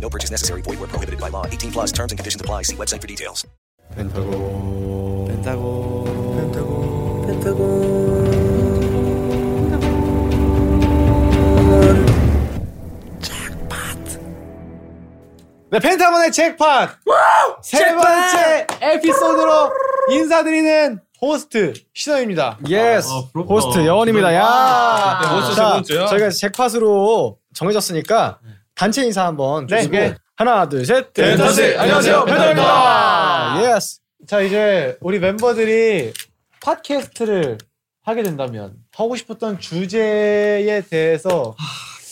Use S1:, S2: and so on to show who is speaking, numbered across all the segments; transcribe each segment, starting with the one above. S1: No purchase necessary. Void where prohibited by law. 18 plus terms and conditions apply. See website for details.
S2: 펜타곤 펜타곤 펜타곤
S3: 네, 펜타곤의 잭팟! 세 번째 에피소드로 인사드리는 호스트 신원입니다.
S2: 예스
S4: 아, 부럽다.
S2: 호스트 영원입니다 야
S4: 벌써 세 번째야?
S2: 저희가 잭팟으로 정해졌으니까 단체 인사 한번
S3: 네,
S2: 주시고
S3: 네.
S2: 하나 둘셋
S4: 펜타스! 안녕하세요, 펜타입니다.
S2: 예스
S3: 자, 이제 우리 멤버들이 팟캐스트를 하게 된다면 하고 싶었던 주제에 대해서
S4: 아,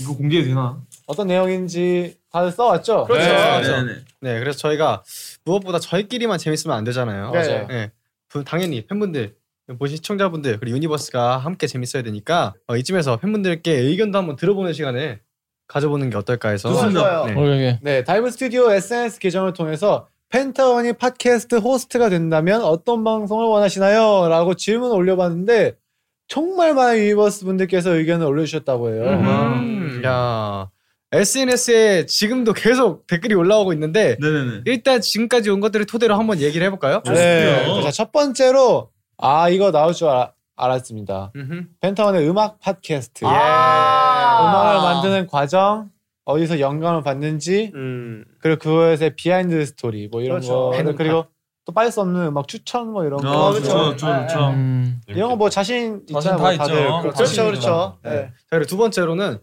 S4: 이거 공개해도 되나?
S3: 어떤 내용인지 다들 써왔죠?
S2: 그렇죠.
S3: 써왔죠.
S4: 네, 네.
S2: 네 그래서 저희가 무엇보다 저희끼리만 재밌으면 안 되잖아요
S3: 네.
S2: 맞아요. 네. 부- 당연히 팬분들 보신 시청자분들 그리고 유니버스가 함께 재밌어야 되니까 어, 이쯤에서 팬분들께 의견도 한번 들어보는 시간을 가져보는 게 어떨까 해서
S4: 좋습니다.
S2: 네.
S3: 네, 다이브 스튜디오 SNS 계정을 통해서 펜타원이 팟캐스트 호스트가 된다면 어떤 방송을 원하시나요? 라고 질문 올려봤는데 정말 많은 유니버스 분들께서 의견을 올려주셨다고 해요.
S2: 음, 야 SNS에 지금도 계속 댓글이 올라오고 있는데
S4: 네네네.
S2: 일단 지금까지 온 것들을 토대로 한번 얘기를 해볼까요?
S3: 네.
S4: 좋습니다.
S3: 자, 첫 번째로 아 이거 나올 줄 알, 알았습니다.
S2: 음흠.
S3: 펜타원의 음악 팟캐스트.
S4: 예.
S3: 음악을 만드는 과정, 어디서 영감을 받는지,
S2: 음.
S3: 그리고 그것의 비하인드 스토리 뭐 이런
S2: 그렇죠.
S3: 거, 그리고 또 빠질 수 없는 음악 추천 뭐 이런 거.
S4: 아, 그렇죠. 좀, 좀.
S5: 음.
S3: 이런 거 뭐 자신 있잖아요.
S4: 자신 다
S3: 뭐 다들.
S4: 있죠.
S3: 그렇죠,
S4: 자신
S3: 그렇죠.
S2: 네.
S3: 네.
S2: 자 그리고 두 번째로는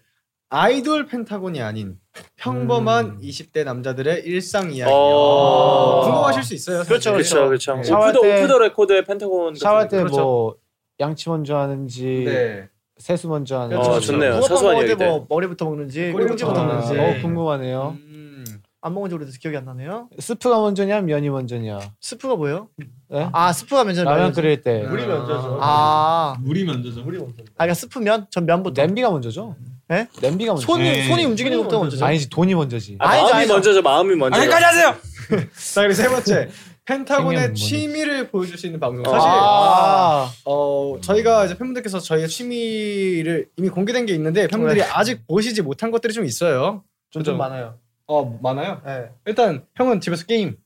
S2: 아이돌 펜타곤이 아닌 평범한
S3: 음.
S2: 20대 남자들의 일상 이야기.
S5: 어.
S2: 궁금하실 수 있어요.
S3: 그렇죠,
S2: 사실.
S5: 그렇죠, 그렇죠.
S3: 샤워할
S5: 오프 더
S3: 때-
S5: 오프 더 레코드의 펜타곤
S3: 샤워할 때
S5: 같은 거.
S3: 뭐 양치 먼저 하는지,
S2: 네.
S3: 세수 먼저 하는지.
S5: 그렇죠, 어, 그렇죠. 좋네요. 사소한
S6: 먹을 때
S5: 이야기들.
S6: 뭐 머리부터 먹는지
S2: 꼬리부터
S6: 꼬리부터
S3: 아,
S2: 먹는지.
S6: 먹는지
S3: 너무 궁금하네요.
S2: 음.
S6: 안 먹은 지 오래돼서 기억이 안 나네요.
S3: 스프가 먼저냐, 면이 먼저냐.
S6: 스프가 뭐예요?
S3: 네?
S6: 아 스프가 면전
S3: 라면 끓일 때.
S2: 물이 먼저죠.
S6: 아, 아
S4: 물이 먼저죠. 물이
S6: 그러니까 스프 면? 전 면부터.
S3: 냄비가 먼저죠.
S6: 예?
S3: 냄비가 먼저.
S6: 손이
S4: 네.
S6: 손이 움직이는 것부터 먼저죠.
S3: 아니지 돈이 먼저지.
S5: 아,
S6: 아니죠,
S5: 마음이
S6: 아니죠.
S5: 먼저죠. 마음이 먼저.
S4: 아직까지 하세요.
S2: 자 그리고 세 번째
S3: 생명
S2: 펜타곤의
S3: 문제.
S2: 취미를 보여줄 수 있는 방송.
S5: 어.
S2: 사실
S3: 아,
S2: 어 저희가 이제 팬분들께서 저희의 취미를 이미 공개된 게 있는데
S3: 네.
S2: 팬분들이 아직 보시지 못한 것들이 좀 있어요.
S6: 좀,
S2: 그죠?
S6: 좀 많아요.
S2: 어 많아요.
S6: 네.
S2: 일단 형은 집에서 게임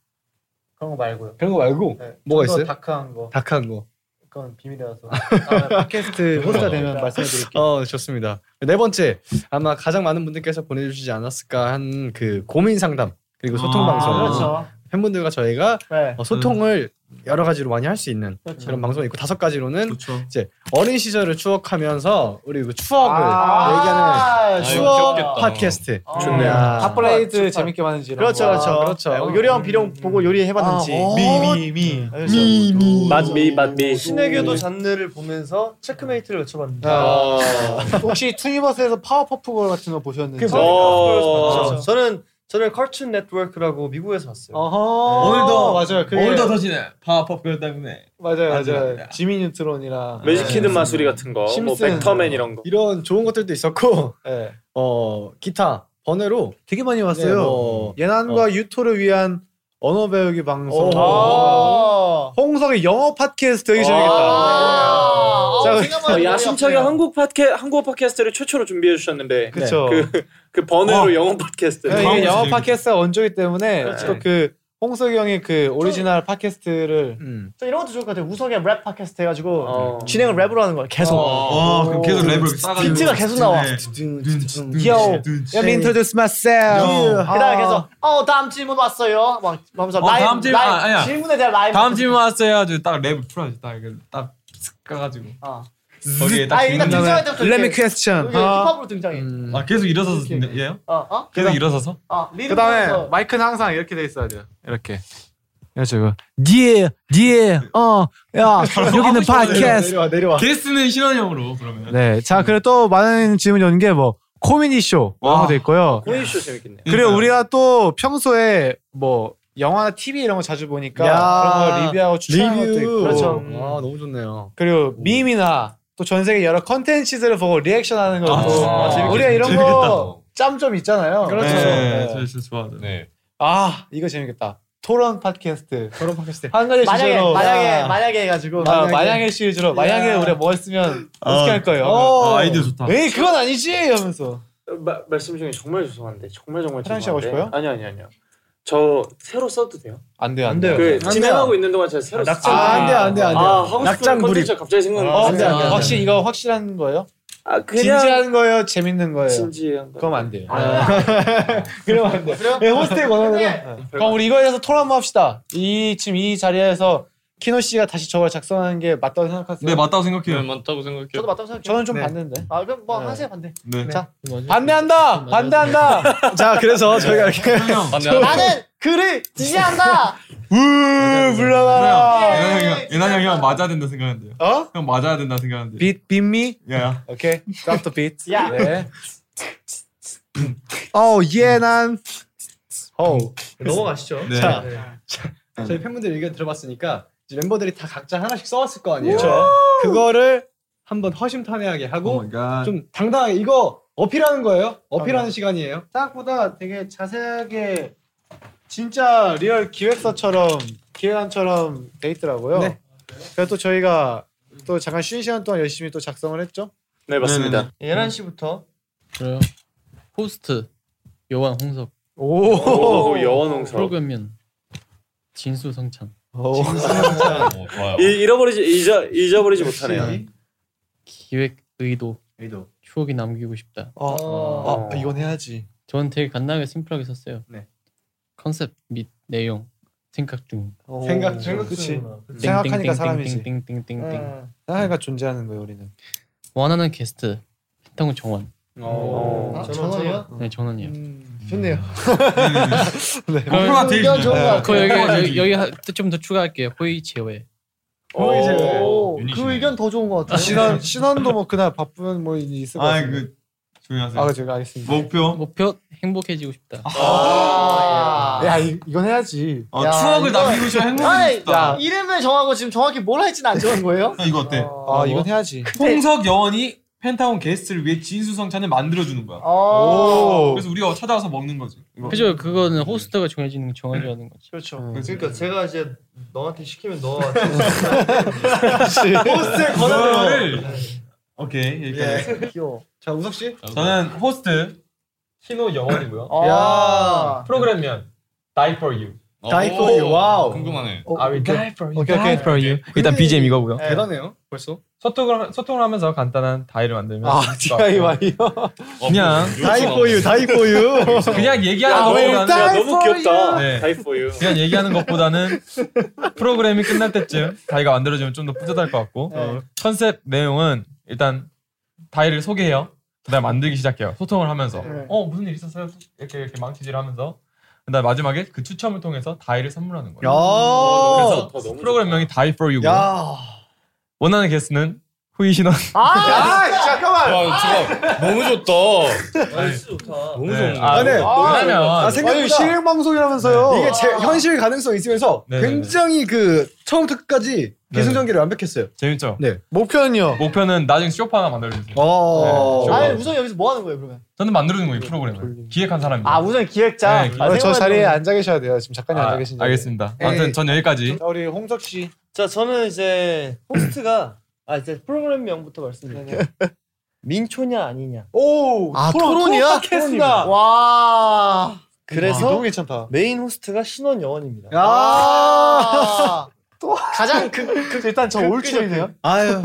S6: 그런 거 말고요.
S2: 그런 거 말고
S6: 네.
S2: 뭐가
S6: 좀더
S2: 있어요?
S6: 다크한 거.
S2: 다크한 거.
S6: 그건 비밀이라서. 아, 다음에 팟캐스트 호스가 되면 말씀해드릴게요.
S2: 어 좋습니다. 네 번째 아마 가장 많은 분들께서 보내주시지 않았을까 한 그 고민 상담 그리고 소통
S4: 아,
S2: 방송.
S6: 그렇죠.
S2: 팬분들과 저희가
S6: 네.
S2: 어, 소통을 여러 가지로 많이 할 수 있는 그런
S6: 그렇죠.
S2: 방송이 있고 다섯 가지로는
S4: 그렇죠.
S2: 이제 어린 시절을 추억하면서 우리 그 추억을
S6: 아,
S2: 얘기하는 추억
S4: 귀엽겠다.
S2: 팟캐스트.
S6: 좋네요.
S2: 야.
S3: 핫플레이드 재밌게 많은지 이런
S6: 그렇죠,
S3: 거.
S6: 그렇죠.
S2: 그렇죠.
S6: 네, 요령 비룡
S2: 음.
S6: 보고 요리해봤는지.
S3: 미미미.
S6: 미미.
S5: 맞미 맞미.
S6: 어. 신에게도 장르를 보면서 체크메이트를 외쳐봤는데.
S3: 아. 혹시 투니버스에서 파워퍼프 걸 같은 거 보셨는지?
S6: 그게 뭐야?
S5: 어.
S6: 그렇죠. 저는 저는 컬튼 네트워크라고 미국에서 봤어요.
S3: 어허.
S4: 오늘도-
S3: 맞아요. 그게
S4: 오늘도 터지네. 파워팝 그 때문에.
S3: 맞아요, 맞아요.
S4: 맞아요.
S3: 지미 뉴트론이랑 네.
S5: 매직
S4: 네.
S5: 키드 마술이 같은 거, 뭐
S3: 심슨.
S5: 벡터맨 이런 거.
S2: 이런 좋은 것들도 있었고
S3: 네.
S2: 어 기타 번외로
S3: 되게 많이 봤어요.
S2: 네, 뭐-
S5: 어.
S3: 예난과 유토를 위한 언어 배우기 방송.
S2: 오.
S3: 아. 홍석의 영어 팟캐스트
S5: 아.
S3: 되게 재밌겠다. 자,
S6: 아.
S5: 어, 야심차게 한국 팟캐 한국 팟캐스트를 최초로 준비해 주셨는데 그,
S3: 그쵸.
S5: 그 번외로
S4: 어.
S5: 영어 팟캐스트.
S3: 네,
S4: 다음
S3: 이게 영어
S4: 주제죠.
S3: 팟캐스트가 원조이기 때문에
S6: 그렇죠.
S3: 또 그 홍석이 형이 그 오리지널 팟캐스트를
S2: 음.
S6: 저 이런 것도 좋을 것 같아요. 우석의 랩 팟캐스트 해가지고
S5: 어.
S6: 진행을 랩으로 하는 거야. 계속.
S4: 어, 그럼 계속 랩을 이렇게 싸가지고.
S6: 비트가 계속 나와.
S4: 네.
S3: Yo,
S4: 둔치.
S3: let me introduce myself.
S6: 음.
S3: 아.
S6: 그다음에 계속 어 다음 질문 왔어요. 막 하면서
S4: 아. 어,
S6: 라이브,
S4: 다음 질문,
S6: 라이브
S4: 아, 아니야.
S6: 질문에 대한 라이브.
S4: 다음 질문 왔어요. 아주 딱 랩을 풀어야지. 딱 이렇게 딱쓱 가가지고.
S6: 어.
S4: 거기에 딱
S6: 아 일단
S4: 질문.
S6: 등장할 때부터
S3: Let me
S6: 이렇게
S3: question.
S6: 이렇게 힙합으로 등장해.
S4: 아 계속 일어서서 예요?
S6: 어 어?
S4: 계속 일어서서?
S6: 어 리듬
S3: 그다음에
S6: 타면서.
S3: 마이크는 항상 이렇게 돼 있어야 돼요. 이렇게. 이렇죠. 이거. 뒤에 뒤에 어야 여기는 팟캐스트.
S2: 내려와 내려와.
S4: 게스트는 신원형으로 그러면.
S3: 네. 자, 그리고 또 많은 질문이 오는 게 뭐 코미디 쇼 이런
S4: 와.
S3: 것도 있고요.
S5: 코니쇼 재밌겠네.
S3: 그리고 우리가 또 평소에 뭐 영화나 TV 이런 거 자주 보니까
S2: 야,
S3: 그런 걸 리뷰하고 추천하는 것도 있고
S2: 리뷰.
S3: 그렇죠.
S5: 음.
S2: 아 너무 좋네요.
S3: 그리고 밈이나 또 전 세계 여러 컨텐츠들을 보고 리액션하는 것도
S4: 아,
S3: 아,
S4: 재밌겠다.
S3: 우리가 이런 거
S6: 재밌겠다.
S3: 짬 좀 있잖아요.
S2: 그렇죠.
S4: 네,
S3: 네.
S4: 저 진짜 좋아하죠.
S6: 네.
S3: 아 이거 재밌겠다. 토론 팟캐스트
S2: 결혼 팟캐스트.
S3: 한 가지
S6: 만약에
S3: 주제로
S6: 만약에 만약에 해가지고
S3: 아, 만약에 시리즈로 만약에 우리가 뭐 했으면 어떻게 네? 할 거예요?
S4: 아, 아이디어 좋다.
S3: 에이 그건 아니지 하면서
S5: 어, 마, 말씀 중에 정말 죄송한데 정말 정말
S3: 화장실
S5: 죄송한데
S3: 가고 싶어요?
S5: 아니요 아니요 아니요 저 새로 써도 돼요?
S3: 안 돼요 안
S6: 안
S3: 돼요.
S6: 돼요.
S5: 그
S2: 돼요.
S5: 진행하고 있는 동안 제가 새로
S6: 낙장.
S5: 써요.
S2: 아, 안 돼, 안 돼, 안 돼.
S5: 아 하고 싶은
S2: 낙장 불입.
S5: 컨텐츠가 갑자기
S3: 어,
S5: 생각나서
S6: 안 돼요, 안 돼요.
S2: 아,
S3: 확실
S2: 네.
S3: 히 이거 확실한 거예요?
S5: 아 그냥
S3: 진지한 거예요? 재밌는 거예요?
S5: 진지한 거 아,
S3: 그럼 안 돼요.
S2: 네.
S3: 그럼 안 돼요. 네, 호스트의 권한으로. 그럼 우리 이거에 대해서 토론 한번 합시다. 이 지금 이 자리에서 키노 씨가 다시 저걸 작성하는 게 맞다고 생각하세요?
S4: 네, 맞다고 생각해요.
S7: 많다고 생각해요.
S6: 저도 맞다고 생각해요.
S3: 저는 좀
S2: 네.
S3: 봤는데.
S6: 아 그럼 뭐
S3: 네.
S6: 하세요 반대.
S4: 네.
S3: 자, 반대한다. 반대한다.
S2: 네. 자 그래서 저희가 이렇게
S3: 네.
S2: 네.
S6: 나는 그를 지지한다.
S3: 우
S4: 예나
S3: 불러라.
S4: 형이랑 예나 형이랑 맞아야 된다 생각하는데요.
S2: 네.
S3: 어?
S4: 형 맞아야 된다 생각하는데.
S3: Beat beat me.
S4: 야.
S3: 오케이. Drop the beat.
S6: 야.
S3: 네. 어, 예, 난. 어.
S6: 넘어가시죠.
S4: 네.
S2: 자.
S6: 네.
S2: 저희 팬분들 의견 들어봤으니까 이제 멤버들이 다 각자 하나씩 써왔을 거 아니에요.
S3: 그렇죠.
S2: 그거를 한번 허심탄회하게
S4: 오
S2: 하고
S4: 마이 갓.
S2: 좀 당당하게 이거 어필하는 거예요. 어필하는 시간이에요.
S3: 생각보다 되게 자세하게 진짜 리얼 기획사처럼 기획안처럼 돼 있더라고요.
S2: 네.
S3: 그래서 또 저희가 또 잠깐 쉬는 시간 동안 열심히 또 작성을 했죠.
S5: 네 맞습니다
S6: 예란 씨부터.
S7: 저요. 호스트 요한 홍석
S3: 네.
S5: 오 여원홍사
S7: 프로그램면 진수 성찬
S3: 어,
S6: 오, 좋아요.
S5: 이- 잃어버리지 잊어 잊어버리지 못하네요.
S2: 혹시?
S7: 기획 의도
S2: 의도.
S7: 추억이 남기고 싶다.
S3: 어,
S2: 어.
S3: 아, 이건 해야지.
S7: 저는 되게 간단하게 심플하게 썼어요.
S2: 네.
S7: 컨셉 및 내용 생각 중.
S3: 오.
S2: 생각 중.
S3: 그치.
S7: 땡,
S3: 음. 생각하니까
S7: 땡, 땡,
S3: 사람이지. 음.
S7: 땡, 땡, 땡, 땡, 땡.
S3: 생각하니까 존재하는 거예요, 우리는.
S7: 원하는 게스트 펜타곤 정원.
S2: 어.
S6: 아, 음. 저는요.
S7: 네 전원이요.
S3: 음. 좋네요.
S4: 공포가 제일
S6: 의견 좋은
S4: 중요해요.
S6: 것
S7: 그
S6: 같아요.
S7: 여기
S4: 어,
S7: 여기, 좀 더 추가할게요. 호의 제외.
S2: 어, 이제
S6: 오,
S7: 유닛이네.
S6: 그 의견 더 좋은 것 같아요.
S3: 신원 신원도 뭐 그날 바쁜 뭐 일이 있을 것
S4: 아이
S3: 같은데.
S4: 그 조용히
S3: 아,
S4: 하세요.
S3: 그죠, 알겠습니다.
S4: 목표.
S7: 목표 행복해지고 싶다.
S6: 아, 야.
S3: 야, 이, 이건 해야지.
S4: 어,
S6: 야,
S4: 추억을
S6: 이거-
S4: 남기고 싶어 행복해.
S6: 아이, 야, 이름을 정하고 지금 정확히 뭘 할지는 안 정한 거예요?
S4: 이거 어때?
S3: 아, 이건 해야지.
S4: 홍석 여원이 펜타곤 게스트를 위해 진수성찬을 만들어주는
S6: 아.
S4: 거야.
S6: 어.
S4: 그래서 우리가 찾아와서 먹는 거지. 이거.
S7: 그죠? 그거는 호스트가 정해지는 정하게 하는 거죠.
S6: 그렇죠.
S3: 음.
S8: 그러니까 제가 이제 너한테 시키면 너
S6: 네. 호스트의
S4: 그거를 오케이 여기까지.
S6: 귀여워.
S2: 자 우석 씨.
S4: 저는 호스트 키노 영원이고요. 어,
S6: 아. 야.
S4: 프로그램면 Die for You.
S2: 다이포 와우.
S8: 궁금하네.
S3: 어,
S4: I will
S3: 오케이.
S4: die for you.
S3: 오케이,
S4: die
S3: 오케이.
S4: for you. 일단 BGM 이거고요.
S2: 아, 대단해요. 벌써.
S4: 소통을 소통을 하면서 간단한 다이를 만들면
S3: 아,
S4: 좋을 것 같아요.
S3: DIY요?
S8: 어,
S4: 그냥
S2: 다이포유 다이포유.
S4: 그냥
S5: 야,
S8: 아,
S4: 얘기하는
S5: 너무,
S4: 것보다는
S5: 야, 너무 귀엽다.
S4: 네.
S5: 다이 포 유.
S4: 그냥 얘기하는 것보다는 프로그램이 끝날 때쯤 다이가 만들어지면 좀 더 뿌듯할 것 같고
S6: 네.
S8: 어.
S4: 컨셉 내용은 일단 다이를 소개해요. 그다음 만들기 시작해요. 소통을 하면서
S6: 네.
S4: 어 무슨 일 있었어요? 이렇게 이렇게 망치질하면서 그다음 마지막에 그 추첨을 통해서 다이를 선물하는 거예요.
S2: 야.
S4: 그래서 어, 프로그램명이 Die for You고 요
S2: 야.
S4: 원하는 게스트는 후이신원.
S6: 아, 잠깐만.
S7: 와, 저거 너무 좋다.
S4: 너무
S7: 좋은데?
S4: 아,
S2: 네.
S4: 왜냐면
S2: 아 생각보다 네.
S3: 아니, 실행 방송이라면서요.
S2: 이게 제, 현실 가능성이 있으면서
S4: 네네네.
S2: 굉장히 그 처음부터
S3: 네,
S2: 끝까지 기승전결이 완벽했어요.
S4: 재밌죠.
S2: 네.
S3: 목표는요?
S4: 목표는 나중에 쇼파 하나
S3: 아,
S4: 만들어주세요.
S2: 어.
S4: 네.
S6: 아니, 우선 여기서 뭐 하는 거예요, 그러면?
S4: 저는 만들어주는 거예요 프로그램을 기획한 사람입니다.
S6: 아, 우선 기획자.
S4: 네,
S6: 아,
S3: 어, 저
S6: 생각해보면-
S3: 자리에 앉아 계셔야 돼요. 지금 작가님 앉아 계신데.
S4: 알겠습니다. 아무튼 전 여기까지.
S3: 자, 우리 홍석 씨.
S8: 자 저는 이제 호스트가 아 이제 프로그램 명부터 말씀드릴게요. 민초냐 아니냐.
S3: 오,
S6: 아,
S3: 토론,
S6: 토론이야?
S3: 팟캐스트다.
S6: 와.
S3: 아,
S6: 그래서
S3: 너무 괜찮다.
S8: 메인 호스트가 신원 여원입니다.
S6: 아. 가장 그, 그
S3: 일단 저 올킬이네요.
S2: 아유.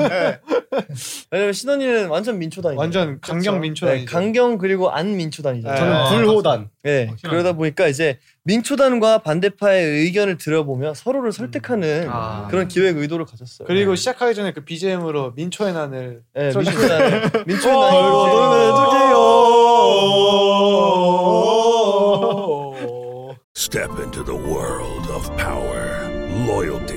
S8: 왜냐면 신원이는 완전 민초단이에요.
S3: 완전 강경 민초다.
S8: 네, 강경 그리고 안 민초단이잖아요.
S3: 네.
S2: 저는 불호단.
S8: 네,
S4: 확실하네.
S8: 그러다 보니까 이제 민초단과 반대파의 의견을 들어보며 서로를 설득하는
S3: 아.
S8: 그런 기획 의도를 가졌어요.
S3: 그리고 시작하기 전에 그 BGM으로 민초의 난을
S8: 네, 민초단을 민초단
S3: 해줄게요.
S9: Step into the world of power, loyalty,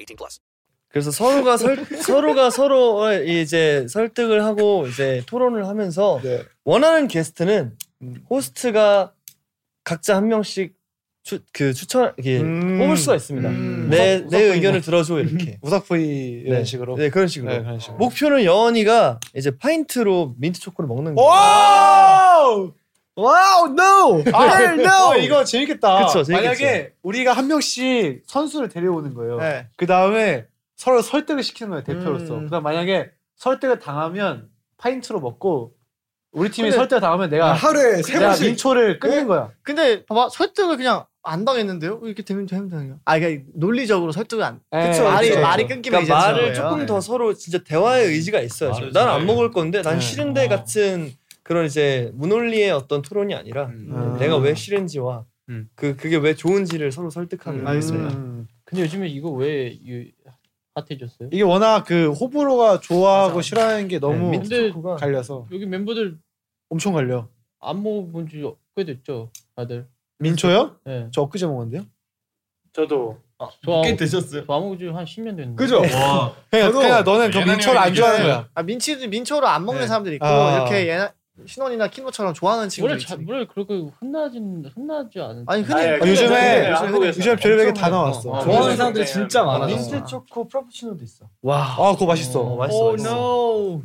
S10: 18 plus.
S8: 그래서 서로가 설, 서로가 서로를 이제 설득을 하고 이제 토론을 하면서
S3: 네.
S8: 원하는 게스트는
S3: 음.
S8: 호스트가 각자 한 명씩 추, 그 추천 이렇게
S2: 네,
S3: 음.
S8: 뽑을 수가 있습니다.
S3: 음. 우석-
S8: 내, 내
S3: 우석부인이네.
S8: 의견을 들어줘 이렇게.
S3: 우석부이 이런
S8: 네.
S3: 식으로?
S8: 네 그런 식으로.
S3: 네, 그런 식으로.
S8: 목표는 여원이가 이제 파인트로 민트 초코를 먹는
S6: 어.
S8: 거.
S3: 와우! 와우, no!
S8: 아,
S3: 아, no!
S8: 어,
S3: 이거 재밌겠다.
S8: 그쵸, 재밌겠죠.
S3: 만약에 우리가 한 명씩 선수를 데려오는 거예요. 그 다음에 서로 설득을 시키는 거예요, 대표로서.
S6: 음.
S3: 그 다음 만약에 설득을 당하면 파인트로 먹고 우리 팀이
S6: 근데-
S3: 설득을 당하면 내가
S6: 아, 하루에 세
S3: 내가
S6: 번씩.
S3: 민초를 끊는 거야.
S6: 네. 근데 봐봐 설득을 그냥 안 당했는데요? 이렇게 되면 되면 되는 거야. 아 그러니까 논리적으로 설득을 안.
S3: 네,
S8: 그쵸,
S6: 말이
S8: 그쵸.
S6: 말이
S8: 그러니까
S6: 끊기면 이제
S8: 말을
S3: 아,
S8: 조금 더 서로 진짜 대화의
S3: 음.
S8: 의지가 있어야죠.
S6: 말을
S8: 난
S6: 잘-
S8: 안 먹을 건데 난
S6: 네.
S3: 어.
S8: 싫은데 같은 그런 이제 무논리의 어떤 토론이 아니라
S3: 음.
S8: 네, 내가 왜 싫은지와 그 그게 왜 좋은지를 서로 설득하는.
S7: 음.
S8: 거.
S7: 근데 요즘에 이거 왜 유... 핫해졌어요?
S3: 이게 워낙 그 호불호가 좋아하고 싫어하는 게 너무
S7: 네, 민트
S3: 갈려서
S7: 여기 멤버들
S3: 엄청 갈려.
S7: 안 먹어본 지 꽤 됐죠, 다들.
S3: 민초요?
S7: 네.
S3: 저 엊그제 먹었는데요?
S7: 저도
S3: 꽤
S7: 되셨어요. 저 아무고 지한 10년 됐는데.
S3: 그죠? 와. 그냥- 저도- 그냥 너는 그 민초를 안 좋아하는 거야.
S6: 아 민치 민초를 안 먹는
S7: 네.
S6: 사람들이 있고
S7: 아.
S6: 이렇게 예나, 신원이나 키노처럼 좋아하는 친구들
S7: 원래
S6: 있지.
S7: 자, 원래 그렇게 흔하진 흔하지 않은.
S6: 아니,
S8: 예,
S6: 흔히- 아니,
S3: 뭐- 아,
S8: 네,
S3: 요즘에 요즘에 별의별게 다 나왔어.
S7: 좋아하는
S3: 사람들이 진짜 네. 많아졌어.
S8: 민트 초코 프라푸치노도 있어.
S3: 와, 아 그거 맛있어.
S8: 어, 맛있어,
S3: 오,
S8: 맛있어.
S3: no.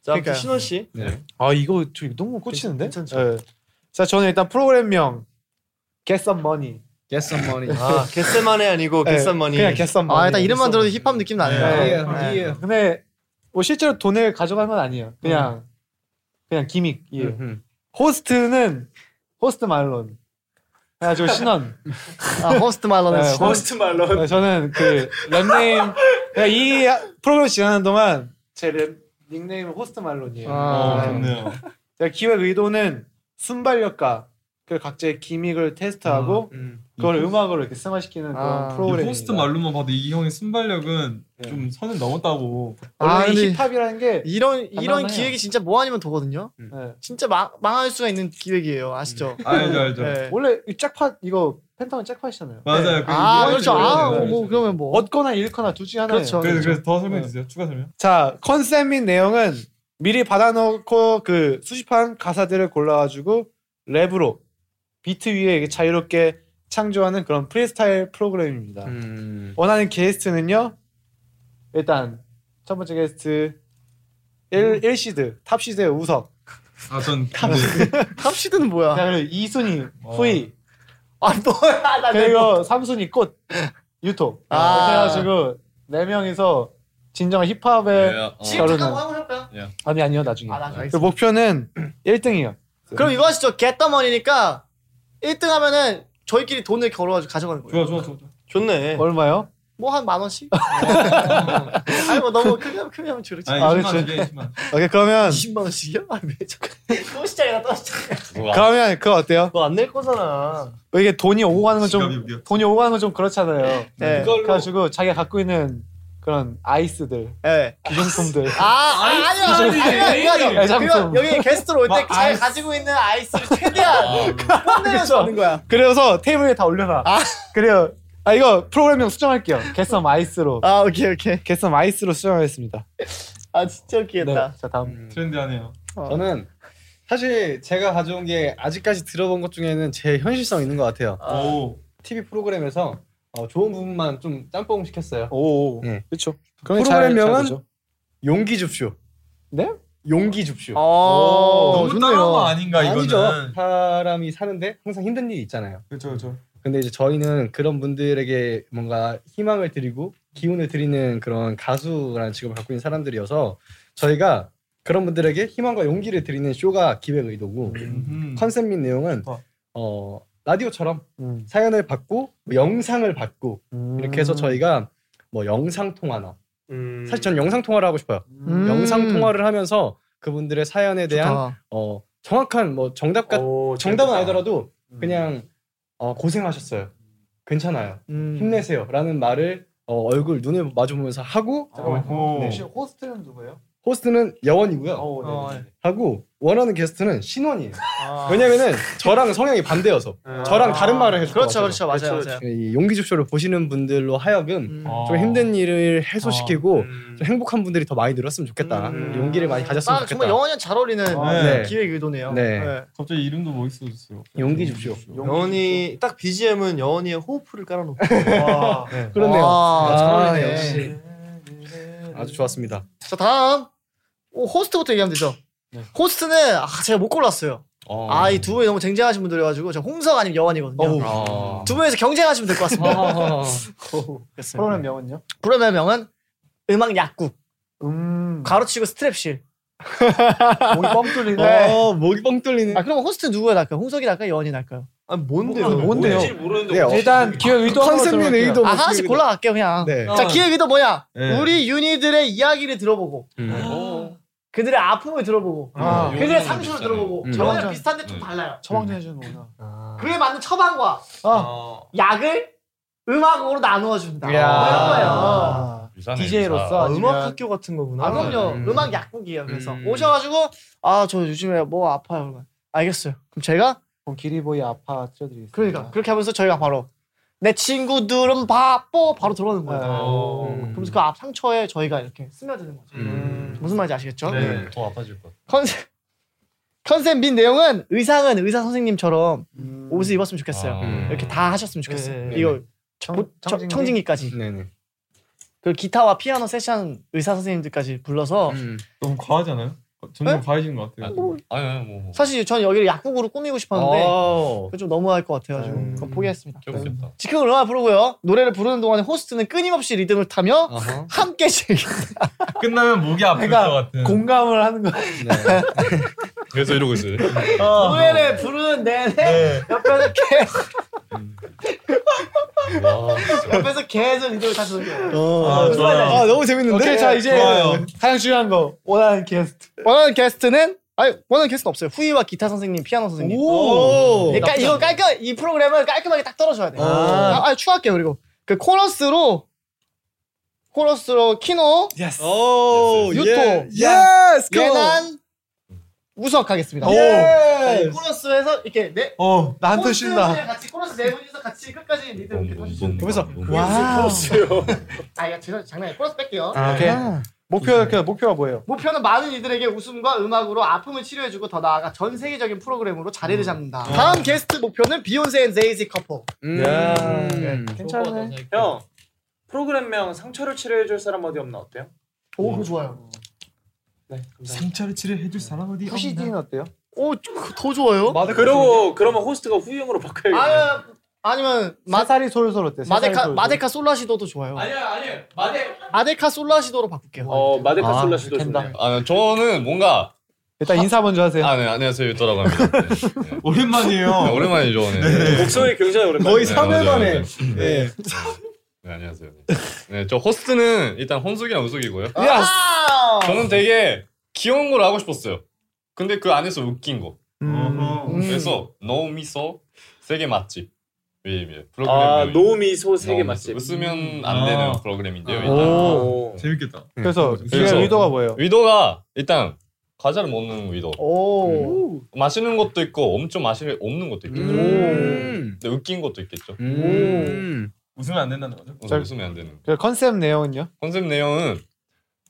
S8: 자, 아무튼 신원 씨. 네.
S3: 아 이거 저 너무 꽂히는데? 예. 자 저는 일단 프로그램명 Get Some Money. 예,
S2: Get Some Money.
S8: 아, Get Some Money 아니고 Get Some Money.
S3: 네, 그냥 Get Some Money.
S6: 아 일단 이름만
S3: Get
S6: 들어도
S3: Some
S6: 힙합 느낌
S3: Money.
S6: 나네요.
S3: 예.
S6: 네.
S3: 예. 근데 뭐 실제로 돈을 가져갈 건 아니에요. 그냥
S8: 음.
S3: 그냥 기믹이에요. 예. 호스트는 호스트 말론. 네, 그래가지고 신원.
S6: 아, 호스트 말론은
S3: 네,
S6: 신원.
S3: 호스트 말론. 네, 저는 그 랩네임. 그러니까 이 프로그램 진행하는 동안 제랩 닉네임은 호스트 말론이에요.
S4: 어,
S2: 아,
S3: 네.
S2: 좋네요.
S3: 제가 기획 의도는 순발력과 그 각자의 기믹을 테스트하고 그걸
S4: 이
S3: 음, 음악으로 이렇게 승화시키는
S4: 아,
S3: 그런 프로그램.
S4: 호스트 말로만 봐도 이 형의 순발력은 좀 선을 넘었다고.
S3: 아, 원래 이 근데 힙합이라는 게
S6: 이런 이런
S3: 간단하네요.
S6: 기획이 진짜 뭐 아니면 도거든요.
S4: 음.
S6: 진짜 망, 망할 수가 있는 기획이에요. 아시죠? 네.
S4: 알죠, 알죠.
S8: 네.
S3: 원래 이 짝팟 이거 펜타곤 짝팟이잖아요.
S8: 어.
S4: 맞아요. 그
S6: 아
S4: 이거는
S6: 그렇죠.
S4: 그거는
S6: 아뭐 그러면 뭐 그렇죠.
S3: 얻거나 잃거나 둘 중에 하나예요.
S4: 네, 그래서 그래서 더 설명해 주세요. 추가 설명.
S3: 자 컨셉 및 내용은 미리 받아놓고 그 수집한 가사들을 골라가지고 랩으로 비트 위에 이렇게 자유롭게 창조하는 그런 프리스타일 프로그램입니다.
S6: 음.
S3: 원하는 게스트는요 일단 첫 번째 게스트
S6: 음.
S3: 1, 일시드탑시드의 우석
S4: 아전 네. 어,
S6: 탑시드는 뭐야?
S3: 그리고 2순위 후이
S6: 아 뭐야 나
S3: 그리고 3순위 꽃 유토
S6: 아.
S3: 이렇게 해가지고 4명이서 진정한
S4: 네,
S3: 힙합의
S8: 네.
S4: 아, 어.
S6: 아,
S3: 결혼은
S6: 할까요?
S3: 아니 아니요 나중에
S6: 아, 나중에
S3: 그 목표는 1등이요
S6: 그럼 이거 하시죠. 겟더머니니까 1등 하면은 저희끼리 돈을 걸어가지고 가져가는 거예요.
S4: 좋아 좋아 좋아.
S8: 좋네.
S3: 얼마요?
S6: 뭐 한 만 원씩? 아니 뭐 너무 크게 하면- 크게 하면 줄이지.
S3: 아니, 아, 10만 그치. 원이에요, 10만. 오케이 그러면
S6: 20만 원씩이요? 아왜 잠깐 또 시작이다 또 시작.
S3: 그러면 그거 어때요?
S8: 너 안 낼 거잖아.
S3: 이게 돈이 오고 가는 건 좀 돈이 오고 가는 건 좀 그렇잖아요
S8: 네.
S3: 그래가지고 자기가 갖고 있는 그런 아이스들 귀중품들
S6: 아, 아 아니요 아니요 아니요 아니요.
S3: 애장품.
S6: 그거 여기 게스트로 올 때
S3: 막
S6: 잘
S3: 아이스.
S6: 가지고 있는 아이스를 최대한 뽐내면서 오는 거야.
S3: 그래서 테이블에 다 올려놔. 그래요. 아 이거 프로그램명 수정할게요. 개썸 아이스로.
S6: 아 오케이 오케이.
S3: 개썸 아이스로 수정하겠습니다.
S6: 아 진짜 웃기겠다.
S2: 네,
S3: 자 다음.
S4: 트렌디하네요.
S2: 저는 사실 제가 가져온 게 아직까지 들어본 것 중에는 제 현실성 있는 것 같아요.
S4: 오.
S2: TV 프로그램에서 어, 좋은 부분만 좀 짬뽕 시켰어요.
S11: 오,
S3: 예.
S2: 그렇죠.
S11: 그럼
S2: 프로그램
S11: 잘- 잘
S2: 명은
S11: 되죠.
S2: 용기 줍쇼.
S3: 네?
S2: 용기 줍쇼.
S4: 너무
S2: 어. 좋네요.
S4: 따라한 거 어, 아닌가, 아, 이거는.
S2: 아니죠. 사람이 사는데 항상 힘든 일이 있잖아요.
S4: 그렇죠, 그렇죠.
S2: 근데 이제 저희는 그런 분들에게 뭔가 희망을 드리고 기운을 드리는 그런 가수라는 직업을 갖고 있는 사람들이어서 저희가 그런 분들에게 희망과 용기를 드리는 쇼가 기획 의도고
S4: 음.
S6: 음.
S2: 컨셉 및 내용은 어, 라디오처럼
S4: 음.
S2: 사연을 받고 뭐 영상을 받고 이렇게 해서 저희가 뭐 영상 통화나 사실 전 영상 통화를 하고 싶어요.
S6: 음.
S2: 영상 통화를 하면서 그분들의 사연에 대한
S6: 좋다.
S2: 어, 정확한 뭐 정답
S6: 어,
S2: 같 정답은 아니더라도
S6: 음.
S2: 그냥 어, 고생하셨어요. 괜찮아요.
S6: 음.
S2: 힘내세요라는 말을 어, 얼굴 눈을 마주 보면서 하고 네.
S3: 호스트는 누구예요?
S2: 호스트는
S4: 네.
S2: 여원이고요.
S4: 어,
S6: 어. 네.
S2: 하고 원하는 게스트는 신원이에요.
S6: 아.
S2: 왜냐면은 저랑 성향이 반대여서 저랑 다른 말을 해줄 것
S6: 그렇죠, 아. 그렇죠.
S2: 같아요.
S6: 맞아요, 맞아요.
S2: 이 용기줍쇼를 보시는 분들로
S6: 음.
S2: 하여금
S4: 네. 아.
S6: 아.
S2: 좀 힘든 일을 해소시키고 좀 행복한 분들이 더 많이 늘었으면 좋겠다. 용기를 많이 가졌으면
S6: 아,
S2: 좋겠다.
S6: 정말 영원히 잘 어울리는
S2: 아, 네.
S6: 기획 의도네요.
S2: 네.
S4: 갑자기 이름도 멋있어졌어요. 음.
S2: 용기 줍쇼.
S8: 여원이 딱 BGM은 여원이의 호흡을 깔아놓고.
S2: 네. 그렇네요.
S6: 와, 잘
S2: 아,
S6: 어울리네.
S2: 역시. 아주 좋았습니다.
S6: 자 다음 오, 호스트부터 얘기하면 되죠. 호스트는 아, 제가 못 골랐어요. 아 이 두 분이 너무 쟁쟁하신 분들이어가지고 저 홍석 아니면 여원이거든요.
S2: 아.
S6: 두 분에서 경쟁하시면 될 것 같습니다. 어,
S3: 프로그램 명은요?
S6: 프로그램 명은 음악 약국.
S3: 음.
S6: 가로치고 스트랩실. 목이 뻥
S3: 뚫리네.
S2: 어, 목이 뻥 뚫리네.
S6: 아 그럼 호스트 누가 날까요? 홍석이 날까요? 여원이 날까요?
S8: 아 뭔데요?
S3: 뭔데요?
S4: 뭐-
S8: 뭔지
S3: 네,
S2: 어,
S3: 혹시- 일단 기획
S2: 그
S3: 의도 한번 컨셉 및 들어볼게요. 의도
S6: 아
S3: 뭐
S6: 하나씩
S3: 기획 의도.
S6: 골라갈게요 아. 그냥.
S3: 네.
S6: 자 기획 의도 뭐냐?
S3: 네.
S6: 우리 유니들의 이야기를 들어보고 네. 그들의 음. 아픔을 들어보고
S3: 아,
S6: 그들의
S3: 요거는
S6: 상처를
S3: 있잖아요.
S6: 들어보고
S3: 음.
S6: 저번이랑
S3: 음.
S6: 비슷한데 좀 달라요.
S3: 처방전해주는 거구나.
S6: 그에 맞는 처방과
S4: 아,
S6: 약을 음악으로 나누어 준다.
S3: 이야.
S6: 이런 거예요.
S8: 아,
S6: DJ로서
S8: 음악 학교 같은 거구나.
S6: 아 그럼요. 음. 악 약국이에요. 그래서 오셔가지고 아 저 요즘에 뭐 아파요. 그러면. 알겠어요. 그럼 제가 뭐
S3: 그럼 기리보이 아파 틀어드리겠습니다.
S6: 그러니까 그렇게 하면서 저희가 바로 내 친구들은 바빠 바로 네. 들어오는 거예요.
S3: 음.
S6: 그러면서 그 앞 상처에 저희가 이렇게 스며드는 거죠.
S2: 음.
S6: 음. 무슨 말인지 아시겠죠?
S2: 네.
S4: 더 아파질 것.
S6: 컨셉 컨셉 및 내용은 의상은 의사 선생님처럼 옷을 입었으면 좋겠어요. 이렇게 다 하셨으면 좋겠어요.
S2: 네, 네,
S6: 이거
S2: 네.
S6: 청,
S2: 청진기?
S6: 청진기? 까지
S2: 네네.
S6: 그 기타와 피아노 세션 의사 선생님들까지 불러서
S2: 음.
S4: 너무 과하지 않아요? 점점 과해지는 것 같아요.
S12: 아니 아니 뭐. 뭐.
S6: 사실 저는 여기를 약국으로 꾸미고
S3: 네.
S6: 싶었는데
S2: 어.
S12: 아우.
S6: 그좀 너무할 것 같아요. 음. 그건 포기했습니다.
S12: 귀엽겠다.
S6: 즉흥을 음악 부르고요. 노래를 부르는 동안에 호스트는 끊임없이 리듬을 타며 함께 즐긴다.
S4: 끝나면 목이 아플 것 같은.
S6: 공감을 하는 거예요.
S2: 네.
S12: 그래서 이러고 있어요.
S2: 아.
S6: 노래를 부르는 내내 옆에서 계속 옆에서 계속 리듬을 타시는 거예요.
S3: 아, 좋아요. 아, 너무 재밌는데?
S6: 오케이, 자 이제
S3: 좋아요.
S6: 가장 중요한 거 원하는 게스트. 원하는 게스트는 아니 원하는 게스트는 없어요. 후이와 기타 선생님, 피아노 선생님.
S3: 오.
S6: 이거 깔- 이거 깔끔 이 프로그램을 깔끔하게 딱 떨어줘야 돼. 아, 아 추가할게요 그리고 그 코러스로 코러스로 키노,
S3: 예스.
S6: 오, 유토,
S3: 예.
S6: 양,
S3: 예스, 키노.
S6: 예난 우석하겠습니다.
S3: 오.
S6: 자, 이 코러스에서 이렇게 네
S3: 어, 예. 나한테 쉰다.
S6: 같이 코러스 네 분이서 같이 끝까지 리듬 이렇게 타주시면
S3: 보면서 와.
S6: 아, 이거 죄송 장난이에요. 코러스 뺄게요.
S3: 오케이. 목표 그 목표가 뭐예요?
S6: 목표는 많은 이들에게 웃음과 음악으로 아픔을 치료해주고 더 나아가 전 세계적인 프로그램으로 자리를 잡는다. 다음 게스트 목표는 비욘세 앤 제이지 커플.
S2: 음.
S5: 괜찮네. 형 프로그램명 상처를 치료해줄 사람 어디 없나 어때요?
S6: 오, 그거 좋아요.
S4: 상처를 치료해줄 사람 어디
S3: 후시딘 어때요?
S6: 오더 좋아요.
S5: 그러고 그러면 호스트가 후이형으로 바꿔야겠네.
S6: 아, 아니면
S3: 마사리 솔솔 어때?
S6: 마데카 마데카 솔라시도도 좋아요. 아니야 아니야 마데 마데카 솔라시도로 바꿀게요.
S5: 어 마데카
S12: 아,
S5: 솔라시도 좋네.
S12: 아 저는 뭔가
S3: 일단 인사 먼저 하세요.
S12: 아, 네, 안녕하세요. 유토라고 합니다.
S4: 오랜만이에요.
S12: 네, 오랜만이죠, 오늘. 네.
S5: 목소리 굉장히 오랜만에.
S12: 거의 삼회 만에. 네. 네, 안녕하세요. 네. 네, 저 호스트는 일단 혼숙이랑 우숙이고요. 저는 되게 귀여운 걸 하고 싶었어요. 근데 그 안에서 웃긴 거.
S4: 음,
S3: 음.
S12: 그래서 노미소 세계 맛집. 예, 예. 프로그램
S5: 아
S12: 이름이
S5: 노미소 세계
S12: 노미소.
S5: 맛집.
S3: 음.
S12: 웃으면 안 되는
S5: 아.
S12: 프로그램인데요.
S5: 오.
S12: 일단. 재밌겠다.
S3: 그래서
S4: 네.
S3: 기획 의도가 뭐예요?
S12: 의도가 일단 과자를 먹는 의도.
S6: 오.
S12: 맛있는 것도 있고 엄청 맛이 없는 것도 있겠죠.
S2: 음.
S12: 근데 웃긴 것도 있겠죠.
S4: 웃으면 안 된다는 거죠?
S12: 그래서 웃으면 안 되는.
S3: 그 컨셉 내용은요?
S12: 컨셉 내용은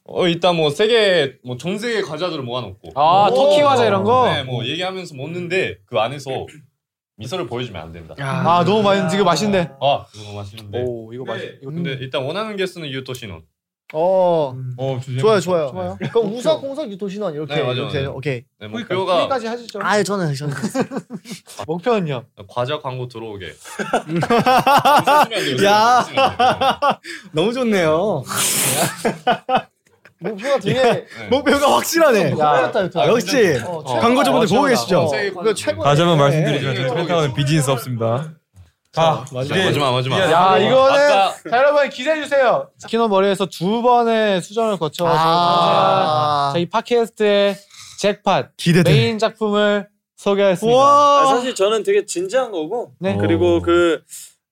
S12: 어 일단 뭐 세계 뭐전 세계 과자들을 모아놓고 네, 뭐
S3: 아, 터키 과자 이런 거?
S12: 네뭐 얘기하면서 먹는데 그 안에서 미소를 보여주면 안 된다.
S3: 아, 너무 많이 지금 맛있네.
S12: 아 이거 너무 맛있는데.
S3: 오 이거 맛있.
S4: 네.
S12: 근데, 근데 일단 원하는 게스는 유토 신혼.
S6: 어.
S12: 어
S4: 네.
S6: 좋아요, 좋아요. 그럼 우사 공석 유토신원 이렇게
S12: 네, 맞아요.
S6: 이렇게 되죠.
S12: 네.
S6: 오케이.
S12: 네, 목표가
S3: 여기까지 하시죠.
S6: 아, 저는 저는
S3: 목표는요.
S12: 과자 광고 들어오게.
S3: 야.
S2: 너무 좋네요.
S6: 목표가 되게
S12: 네.
S2: 목표가 뭐 확실하네.
S6: 목표였다, 유토.
S2: 아, 역시
S6: 어, 최고다.
S12: 아,
S2: 광고주분들 보고
S6: 어,
S2: 계시죠?
S6: 최고다. 어, 그거 최고.
S4: 다시 한번
S2: 네.
S4: 말씀드리지만 저희 펜타곤은 비즈니스 없습니다. 자,
S12: 아,
S2: 아,
S12: 네, 마지막, 마지막, 마지막.
S3: 야 이거는 자, 여러분 기대해 주세요. 스키너 머리에서 두 번의 수정을 거쳐서
S6: 아.
S3: 자이 팟캐스트의 잭팟
S5: 기대돼.
S3: 메인 작품을 소개했습니다.
S5: 아, 사실 저는 되게 진지한 거고
S3: 네.
S5: 그리고 그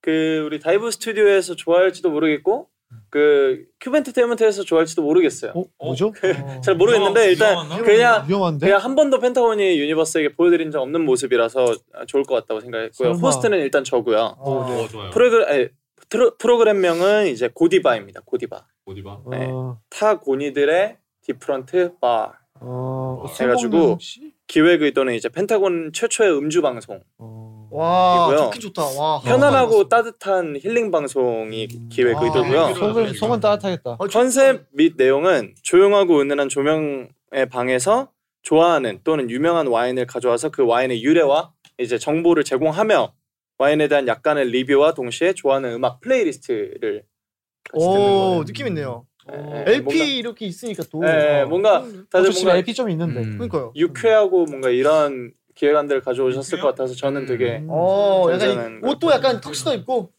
S5: 그 우리 다이브 스튜디오에서 좋아할지도 모르겠고 그 큐벤트테인먼트에서 좋아할지도 모르겠어요.
S3: 뭐죠?
S5: 잘
S3: 어,
S5: 모르겠는데
S12: 어,
S5: 일단 그냥
S3: 위험한데?
S5: 그냥 한 번도 펜타곤이 유니버스에게 보여드린 적 없는 모습이라서 좋을 것 같다고 생각했고요.
S3: 설마.
S5: 호스트는 일단 저고요.
S3: 어, 네. 어,
S12: 좋아요.
S5: 프로그램 아니, 프로, 프로그램명은 이제 고디바입니다. 고디바.
S12: 고디바.
S3: 어.
S5: 네. 타 고니들의 디프런트 바.
S3: 어,
S5: 해가지고 기획 의도는 이제 펜타곤 최초의 음주
S12: 어,
S5: 방송.
S6: 와,
S5: 이고요.
S6: 좋긴 좋다. 와.
S2: 어,
S5: 편안하고 따뜻한 힐링 아, 방송이
S12: 음. 아,
S5: 기획
S12: 네, 그렇죠.
S5: 의도고요.
S3: 속은, 속은 따뜻하겠다.
S8: 어,
S5: 컨셉 및 내용은 조용하고 은은한 조명의 방에서 좋아하는 또는 유명한 와인을 가져와서 그 와인의 유래와 이제 정보를 제공하며 와인에 대한 약간의 리뷰와 동시에 좋아하는 음악 플레이리스트를
S6: 오, 느낌 있네요. LP 이렇게 있으니까 또. 어,
S5: 예, 뭔가 다들
S3: 저 어. 집에
S5: 뭔가 음.
S3: LP 좀 있는데.
S6: 그러니까요.
S5: 유쾌하고 뭔가 이런 기획안들을 가져오셨을 것 같아서
S3: 음.
S5: 저는 되게
S6: 어, 약간
S5: 음. 괜찮은
S6: 이- 옷도 약간 턱시도 입고.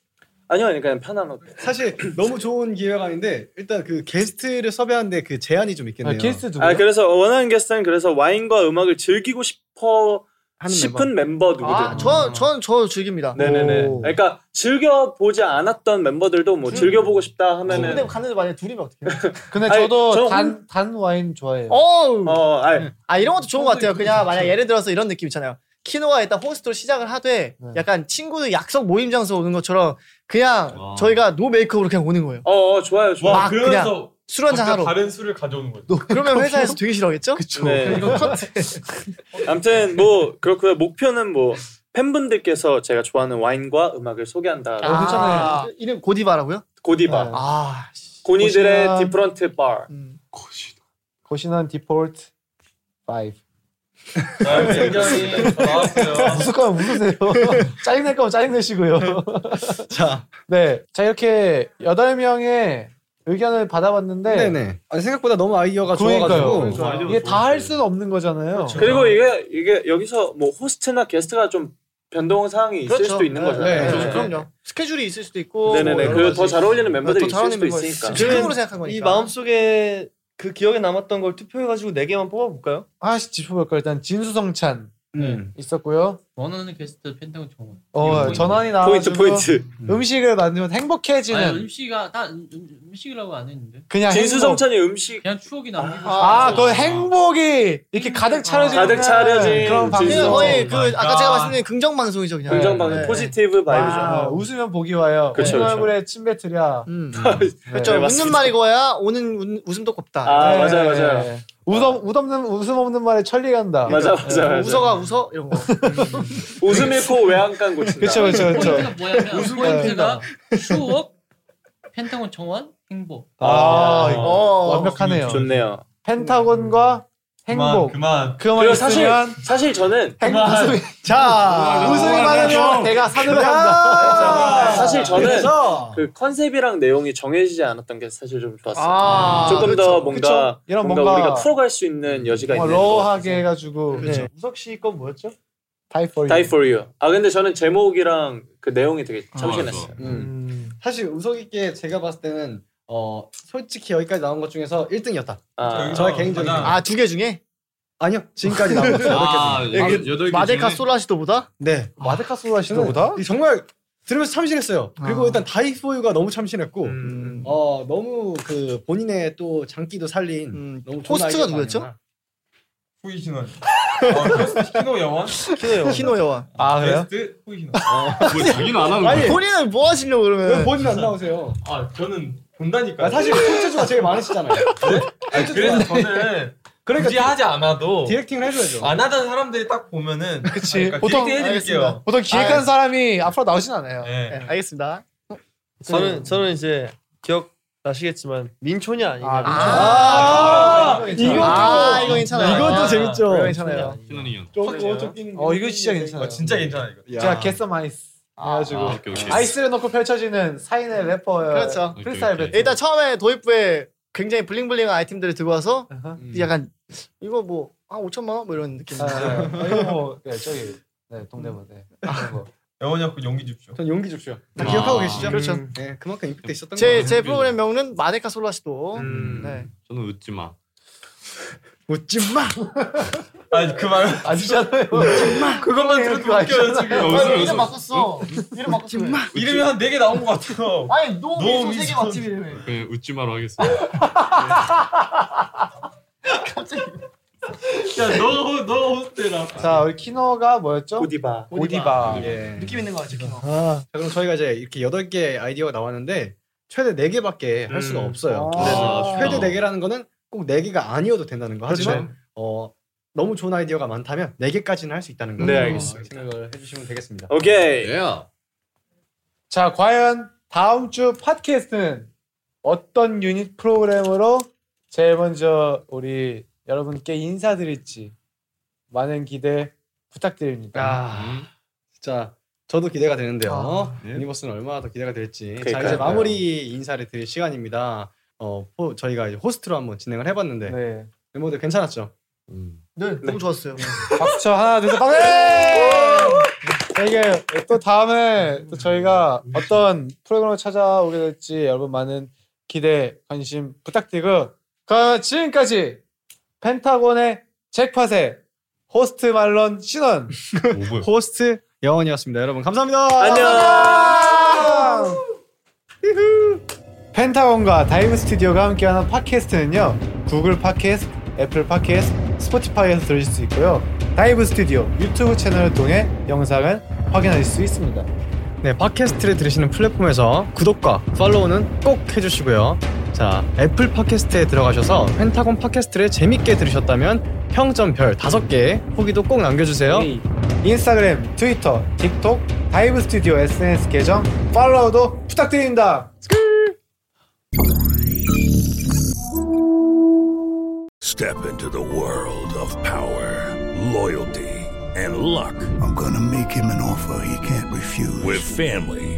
S5: 아니요, 그러니까 편한 옷.
S2: 사실 너무 좋은 기회가 아닌데 일단 그 게스트를 섭외하는데 그 제한이 좀 있겠네요.
S3: 음.
S5: 아 그래서 원하는 게스트는 그래서 와인과 음악을 즐기고 싶어 싶은 멤버, 누구든.
S6: 아, 저, 전, 저 즐깁니다.
S5: 네네네. 그러니까 즐겨 보지 않았던 멤버들도 뭐 즐겨 보고 싶다 하면은.
S6: 음. 근데 가는데 만약에 둘이면 어떻게 해요?
S3: 근데
S5: 아니,
S3: 저도
S5: 저는
S3: 단,
S5: 혼-
S3: 단 와인 좋아해요.
S6: 어우.
S5: 어, 아니.
S6: 아 이런 것도 좋은 것 같아요. 그냥 만약 예를 들어서 이런 느낌 있잖아요. 키노가 일단 호스트로 시작을 하되
S5: 네.
S6: 약간 친구들 약속 모임 장소 오는 것처럼 그냥 저희가 노 메이크업으로 그냥 오는 거예요.
S5: 어, 어 좋아요 좋아요.
S6: 막 그냥 술 한잔 하러.
S4: 다른 술을 가져오는 거죠.
S6: 그러면 회사에서 되게 싫어하겠죠? 그쵸.
S5: 네.
S6: 이거 컷.
S5: 아무튼 뭐 그렇고요. 목표는 뭐 팬분들께서 제가 좋아하는 와인과 음악을 소개한다.
S6: 아, 이름 고디바라고요?
S5: 고디바.
S6: 아,
S5: 고니들의
S3: 네. 고시나. 음.
S5: 디프런트 바.
S3: 고신한 디폴트 5.
S5: 네, 굉장히
S3: 웃을 거면 웃으세요. 짜증낼 거면 짜증내시고요.
S2: 자.
S3: 네. 자, 이렇게 8명의 의견을 받아봤는데.
S2: 네네. 아니, 생각보다 너무 아이디어가
S3: 그러니까요. 네, 그렇죠.
S2: 좋아가지고
S3: 이게 다 할 수는 없는 거잖아요.
S5: 그리고 이게 이게 여기서 뭐 호스트나 게스트가 좀 변동 사항이 있을
S3: 그렇죠.
S5: 수도 있는 거잖아요.
S6: 네, 그럼요. 스케줄이 있을 수도 있고. 뭐
S5: 네네네.
S6: 여러
S5: 그리고
S6: 가지.
S5: 더 잘 어울리는 멤버들이
S6: 더
S5: 있을
S6: 잘
S5: 수도
S6: 어울리는 멤버
S5: 있으니까.
S6: 있을 수도 있고. 생각한
S8: 지금 이
S6: 거니까.
S8: 마음속에 그 기억에 남았던 걸 투표해가지고 네 개만 뽑아볼까요?
S3: 하나씩 짚어볼까요? 일단 진수성찬
S2: 음.
S3: 있었고요.
S7: 원하는 게스트 펜타곤 정원.
S3: 어, 전환이 나와서
S7: 포인트, 포인트.
S5: 그
S3: 음식을 만들면
S12: 네.
S3: 행복해지는
S7: 아니, 음식이가 나 음, 음, 음식이라고 안 했는데.
S3: 그냥 진수성찬이
S5: 음식
S7: 그냥 추억이 남기고
S3: 아,
S7: 싶어서.
S3: 그 행복이 이렇게 가득 차려진
S5: 가득 차려진
S3: 그런 방송.
S5: 진짜 거의
S6: 그 아까 제가 말씀드린 긍정 방송이죠 그냥. 네.
S5: 긍정 방송, 포지티브 바이브죠.
S3: 아, 웃으면 복이 와요.
S5: 어. 그쵸,
S3: 웃는
S5: 그쵸.
S3: 얼굴에 침 뱉으랴.
S6: 그렇죠.
S3: 네,
S6: 웃는
S3: 맞습니다.
S6: 말이 거야. 오는 웃- 웃음도 곱다.
S5: 아,
S2: 네.
S5: 맞아요, 맞아요.
S3: 웃어, 웃없는, 웃음 네. 없는 말에 천리간다.
S5: 맞아, 맞아, 맞아.
S6: 웃어가 웃어 이런 거.
S5: 웃음 잃고 외양간 고친다.
S3: 그쵸, 그쵸, 그쵸.
S7: 포인트가 그러니까 뭐냐면
S3: 웃음
S7: 포인트가 추억, 펜타곤 정원, 행복.
S3: 아, 이거 완벽하네요.
S5: 좋네요.
S3: 펜타곤과 행복.
S4: 그만.
S3: 그만
S5: 그리고 사실
S3: 있으면
S5: 사실 저는
S3: 행복이. 자, 웃음이 많으면 내가 산으로
S5: 아,
S3: 간다.
S5: 사실 저는
S3: 그래서
S5: 그 컨셉이랑 내용이 정해지지 않았던 게 사실 좀 좋았어요.
S3: 아,
S5: 조금
S3: 그쵸,
S5: 더 뭔가
S3: 그쵸. 이런
S5: 뭔가,
S3: 뭔가
S5: 우리가 풀어갈 수 있는 여지가
S3: 정말
S5: 있는 것 같아요.
S3: 러하게 해가지고. 네.
S8: 우석 씨 건 뭐였죠?
S3: Die for
S5: Die
S3: you.
S5: for you. 아 근데 저는 제목이랑 그 내용이 되게
S3: 아,
S12: 아,
S5: 참신했어요.
S2: 음. 사실 우석 있게 제가 봤을 때는 어 솔직히 여기까지 나온 것 중에서 1등이었다.
S5: 아.
S2: 저의 개인적인
S6: 아 두 개 중에?
S2: 아니요 지금까지 나온 것
S6: 아,
S2: 여덟 개 중에.
S6: 아, 마데카 솔라시도보다?
S2: 네.
S3: 아, 마데카 솔라시도보다? 아.
S2: 정말 들으면서 참신했어요. 그리고 일단 다이포유가 너무 참신했고,
S5: 음.
S4: 음.
S2: 어 너무 그 본인의 또 장기도 살린
S3: 음.
S6: 음.
S2: 너무 좋은
S6: 호스트가
S2: 아이디어가
S6: 누구였죠?
S2: 아니었나.
S4: 후이신원. 키노 영원.
S6: 음, 키노 여왕.
S3: 아 그래요?
S4: 베스트 후이신원.
S12: 뭐 자기는 네, 안 하는
S6: 아니
S12: 거야?
S6: 본인은 뭐 하시려고 그러면?
S2: 왜 네, 본인 안 나오세요?
S4: 아 저는 본다니까.
S2: 아, 사실 콘텐츠가 제일 많으시잖아요.
S4: 아니, 그래서 저는 그러니까 굳이 하지 않아도
S2: 디렉팅을 해줘야죠.
S4: 안 하던 사람들이 딱 보면은
S3: 그치.
S4: 그러니까
S3: 보통
S4: 디렉팅 해드릴게요.
S3: 보통 기획한
S8: 아.
S6: 예.
S3: 사람이 앞으로 나오진 않아요.
S4: 네.
S6: 알겠습니다.
S8: 저는 저는 이제 기억 나시겠지만 민촌이 아니고 아,
S6: 아,
S8: 민촌.
S6: 이것도- 아, 이거 괜찮아요.
S8: 이것도
S6: 아,
S8: 재밌죠.
S6: 이거 괜찮아요.
S3: 어 이거 진짜 괜찮아요.
S4: 진짜 괜찮아 이거.
S3: 제가 개썸 아이스 해가지고
S4: 아, 오케이, 오케이.
S3: 아, 이스를 넣고 펼쳐지는 사인의 래퍼의
S6: 그렇죠.
S3: 프리스타일 배틀.
S6: 일단 처음에 도입부에 굉장히 블링블링한 아이템들을 들고 와서
S3: 음.
S2: 음.
S6: 약간 이거 뭐 한 5천만 원 뭐 이런 느낌.
S3: 아, 아, 아, 이거 뭐 네, 저기 네, 동대문 네.
S4: 영원히 갖고 용기 줍쇼.
S2: 전 용기
S12: 아.
S2: 줍쇼.
S6: 다 기억하고 계시죠? 그렇죠.
S2: 네, 그만큼 임팩트 있었던
S6: 제
S2: 거예요.
S6: 제 프로그램 명은 마데카 솔라시도.
S4: 음.
S6: 네.
S12: 저는 웃지 마.
S6: 웃지 마.
S4: 아니 그 말.
S3: 아시잖아요.
S4: 그것만
S3: 네,
S4: 들어도 웃겨요 지금.
S6: 아니,
S4: 웃음,
S6: 이름
S4: 웃음.
S6: 바꿨어. 이름 바꿨어.
S4: 이름이 한 네 개 나온 것 같아요.
S6: 아니 노
S4: 노
S6: 미소 세개
S4: 미소.
S6: 맛집 이름이.
S12: 그냥 웃지 마로 하겠습니다.
S4: 야 너가 너가 호스트라.
S3: 자 우리 키노가 뭐였죠?
S2: 오디바.
S3: 오디바.
S2: 예.
S6: 느낌 있는 거 같죠 키노.
S2: 자, 그럼 저희가 이제 이렇게 여덟 개 아이디어가 나왔는데 최대 네 개밖에 할 수가
S12: 음.
S2: 없어요.
S12: 아.
S2: 그래서
S12: 아.
S2: 최대 네 개라는 거는 꼭 네 개가 아니어도 된다는 거.
S3: 그렇죠.
S2: 하지만 어 너무 좋은 아이디어가 많다면 네 개까지는 할 수 있다는 거. 어,
S12: 네, 알겠습니다. 예.
S2: 생각을 해주시면 되겠습니다.
S5: 오케이.
S3: 자 과연 다음 주 팟캐스트는 어떤 유닛 프로그램으로 제일 먼저 우리 여러분께 인사드릴지 많은 기대 부탁드립니다.
S2: 아, 진짜 저도 기대가 되는데요. 유니버스는 얼마나 더 기대가 될지. 자 이제
S3: 아. 그러니까요.
S2: 마무리 인사를 드릴 시간입니다. 어 호- 저희가 이제 호스트로 한번 진행을 해봤는데
S3: 네.
S2: 멤버들 괜찮았죠?
S6: 네, 너무 좋았어요.
S3: 박수 하나 둘셋 박수! 자, 이게 또 다음에 또 저희가 어떤 프로그램을 찾아오게 될지 여러분 많은 기대 관심 부탁드리고 그럼 지금까지 펜타곤의 잭팟의 호스트 말론 신원
S2: 호스트 영원이었습니다. 여러분 감사합니다.
S3: 안녕. 펜타곤과 다이브 스튜디오가 함께하는 팟캐스트는요. 구글 팟캐스트, 애플 팟캐스트, 스포티파이에서 들으실 수 있고요. 다이브 스튜디오 유튜브 채널을 통해 영상을 확인하실 수 있습니다.
S2: 네, 팟캐스트를 들으시는 플랫폼에서 구독과 팔로우는 꼭 해주시고요. 자, 애플 팟캐스트에 들어가셔서 펜타곤 팟캐스트를 재밌게 들으셨다면 평점 별 5개 후기도 꼭 남겨주세요.
S3: 네. 인스타그램, 트위터, 틱톡, 다이브 스튜디오 SNS 계정 팔로우도 부탁드립니다.
S9: Step into the world of power, loyalty, and luck.
S13: I'm gonna make him an offer he can't refuse.
S9: With family,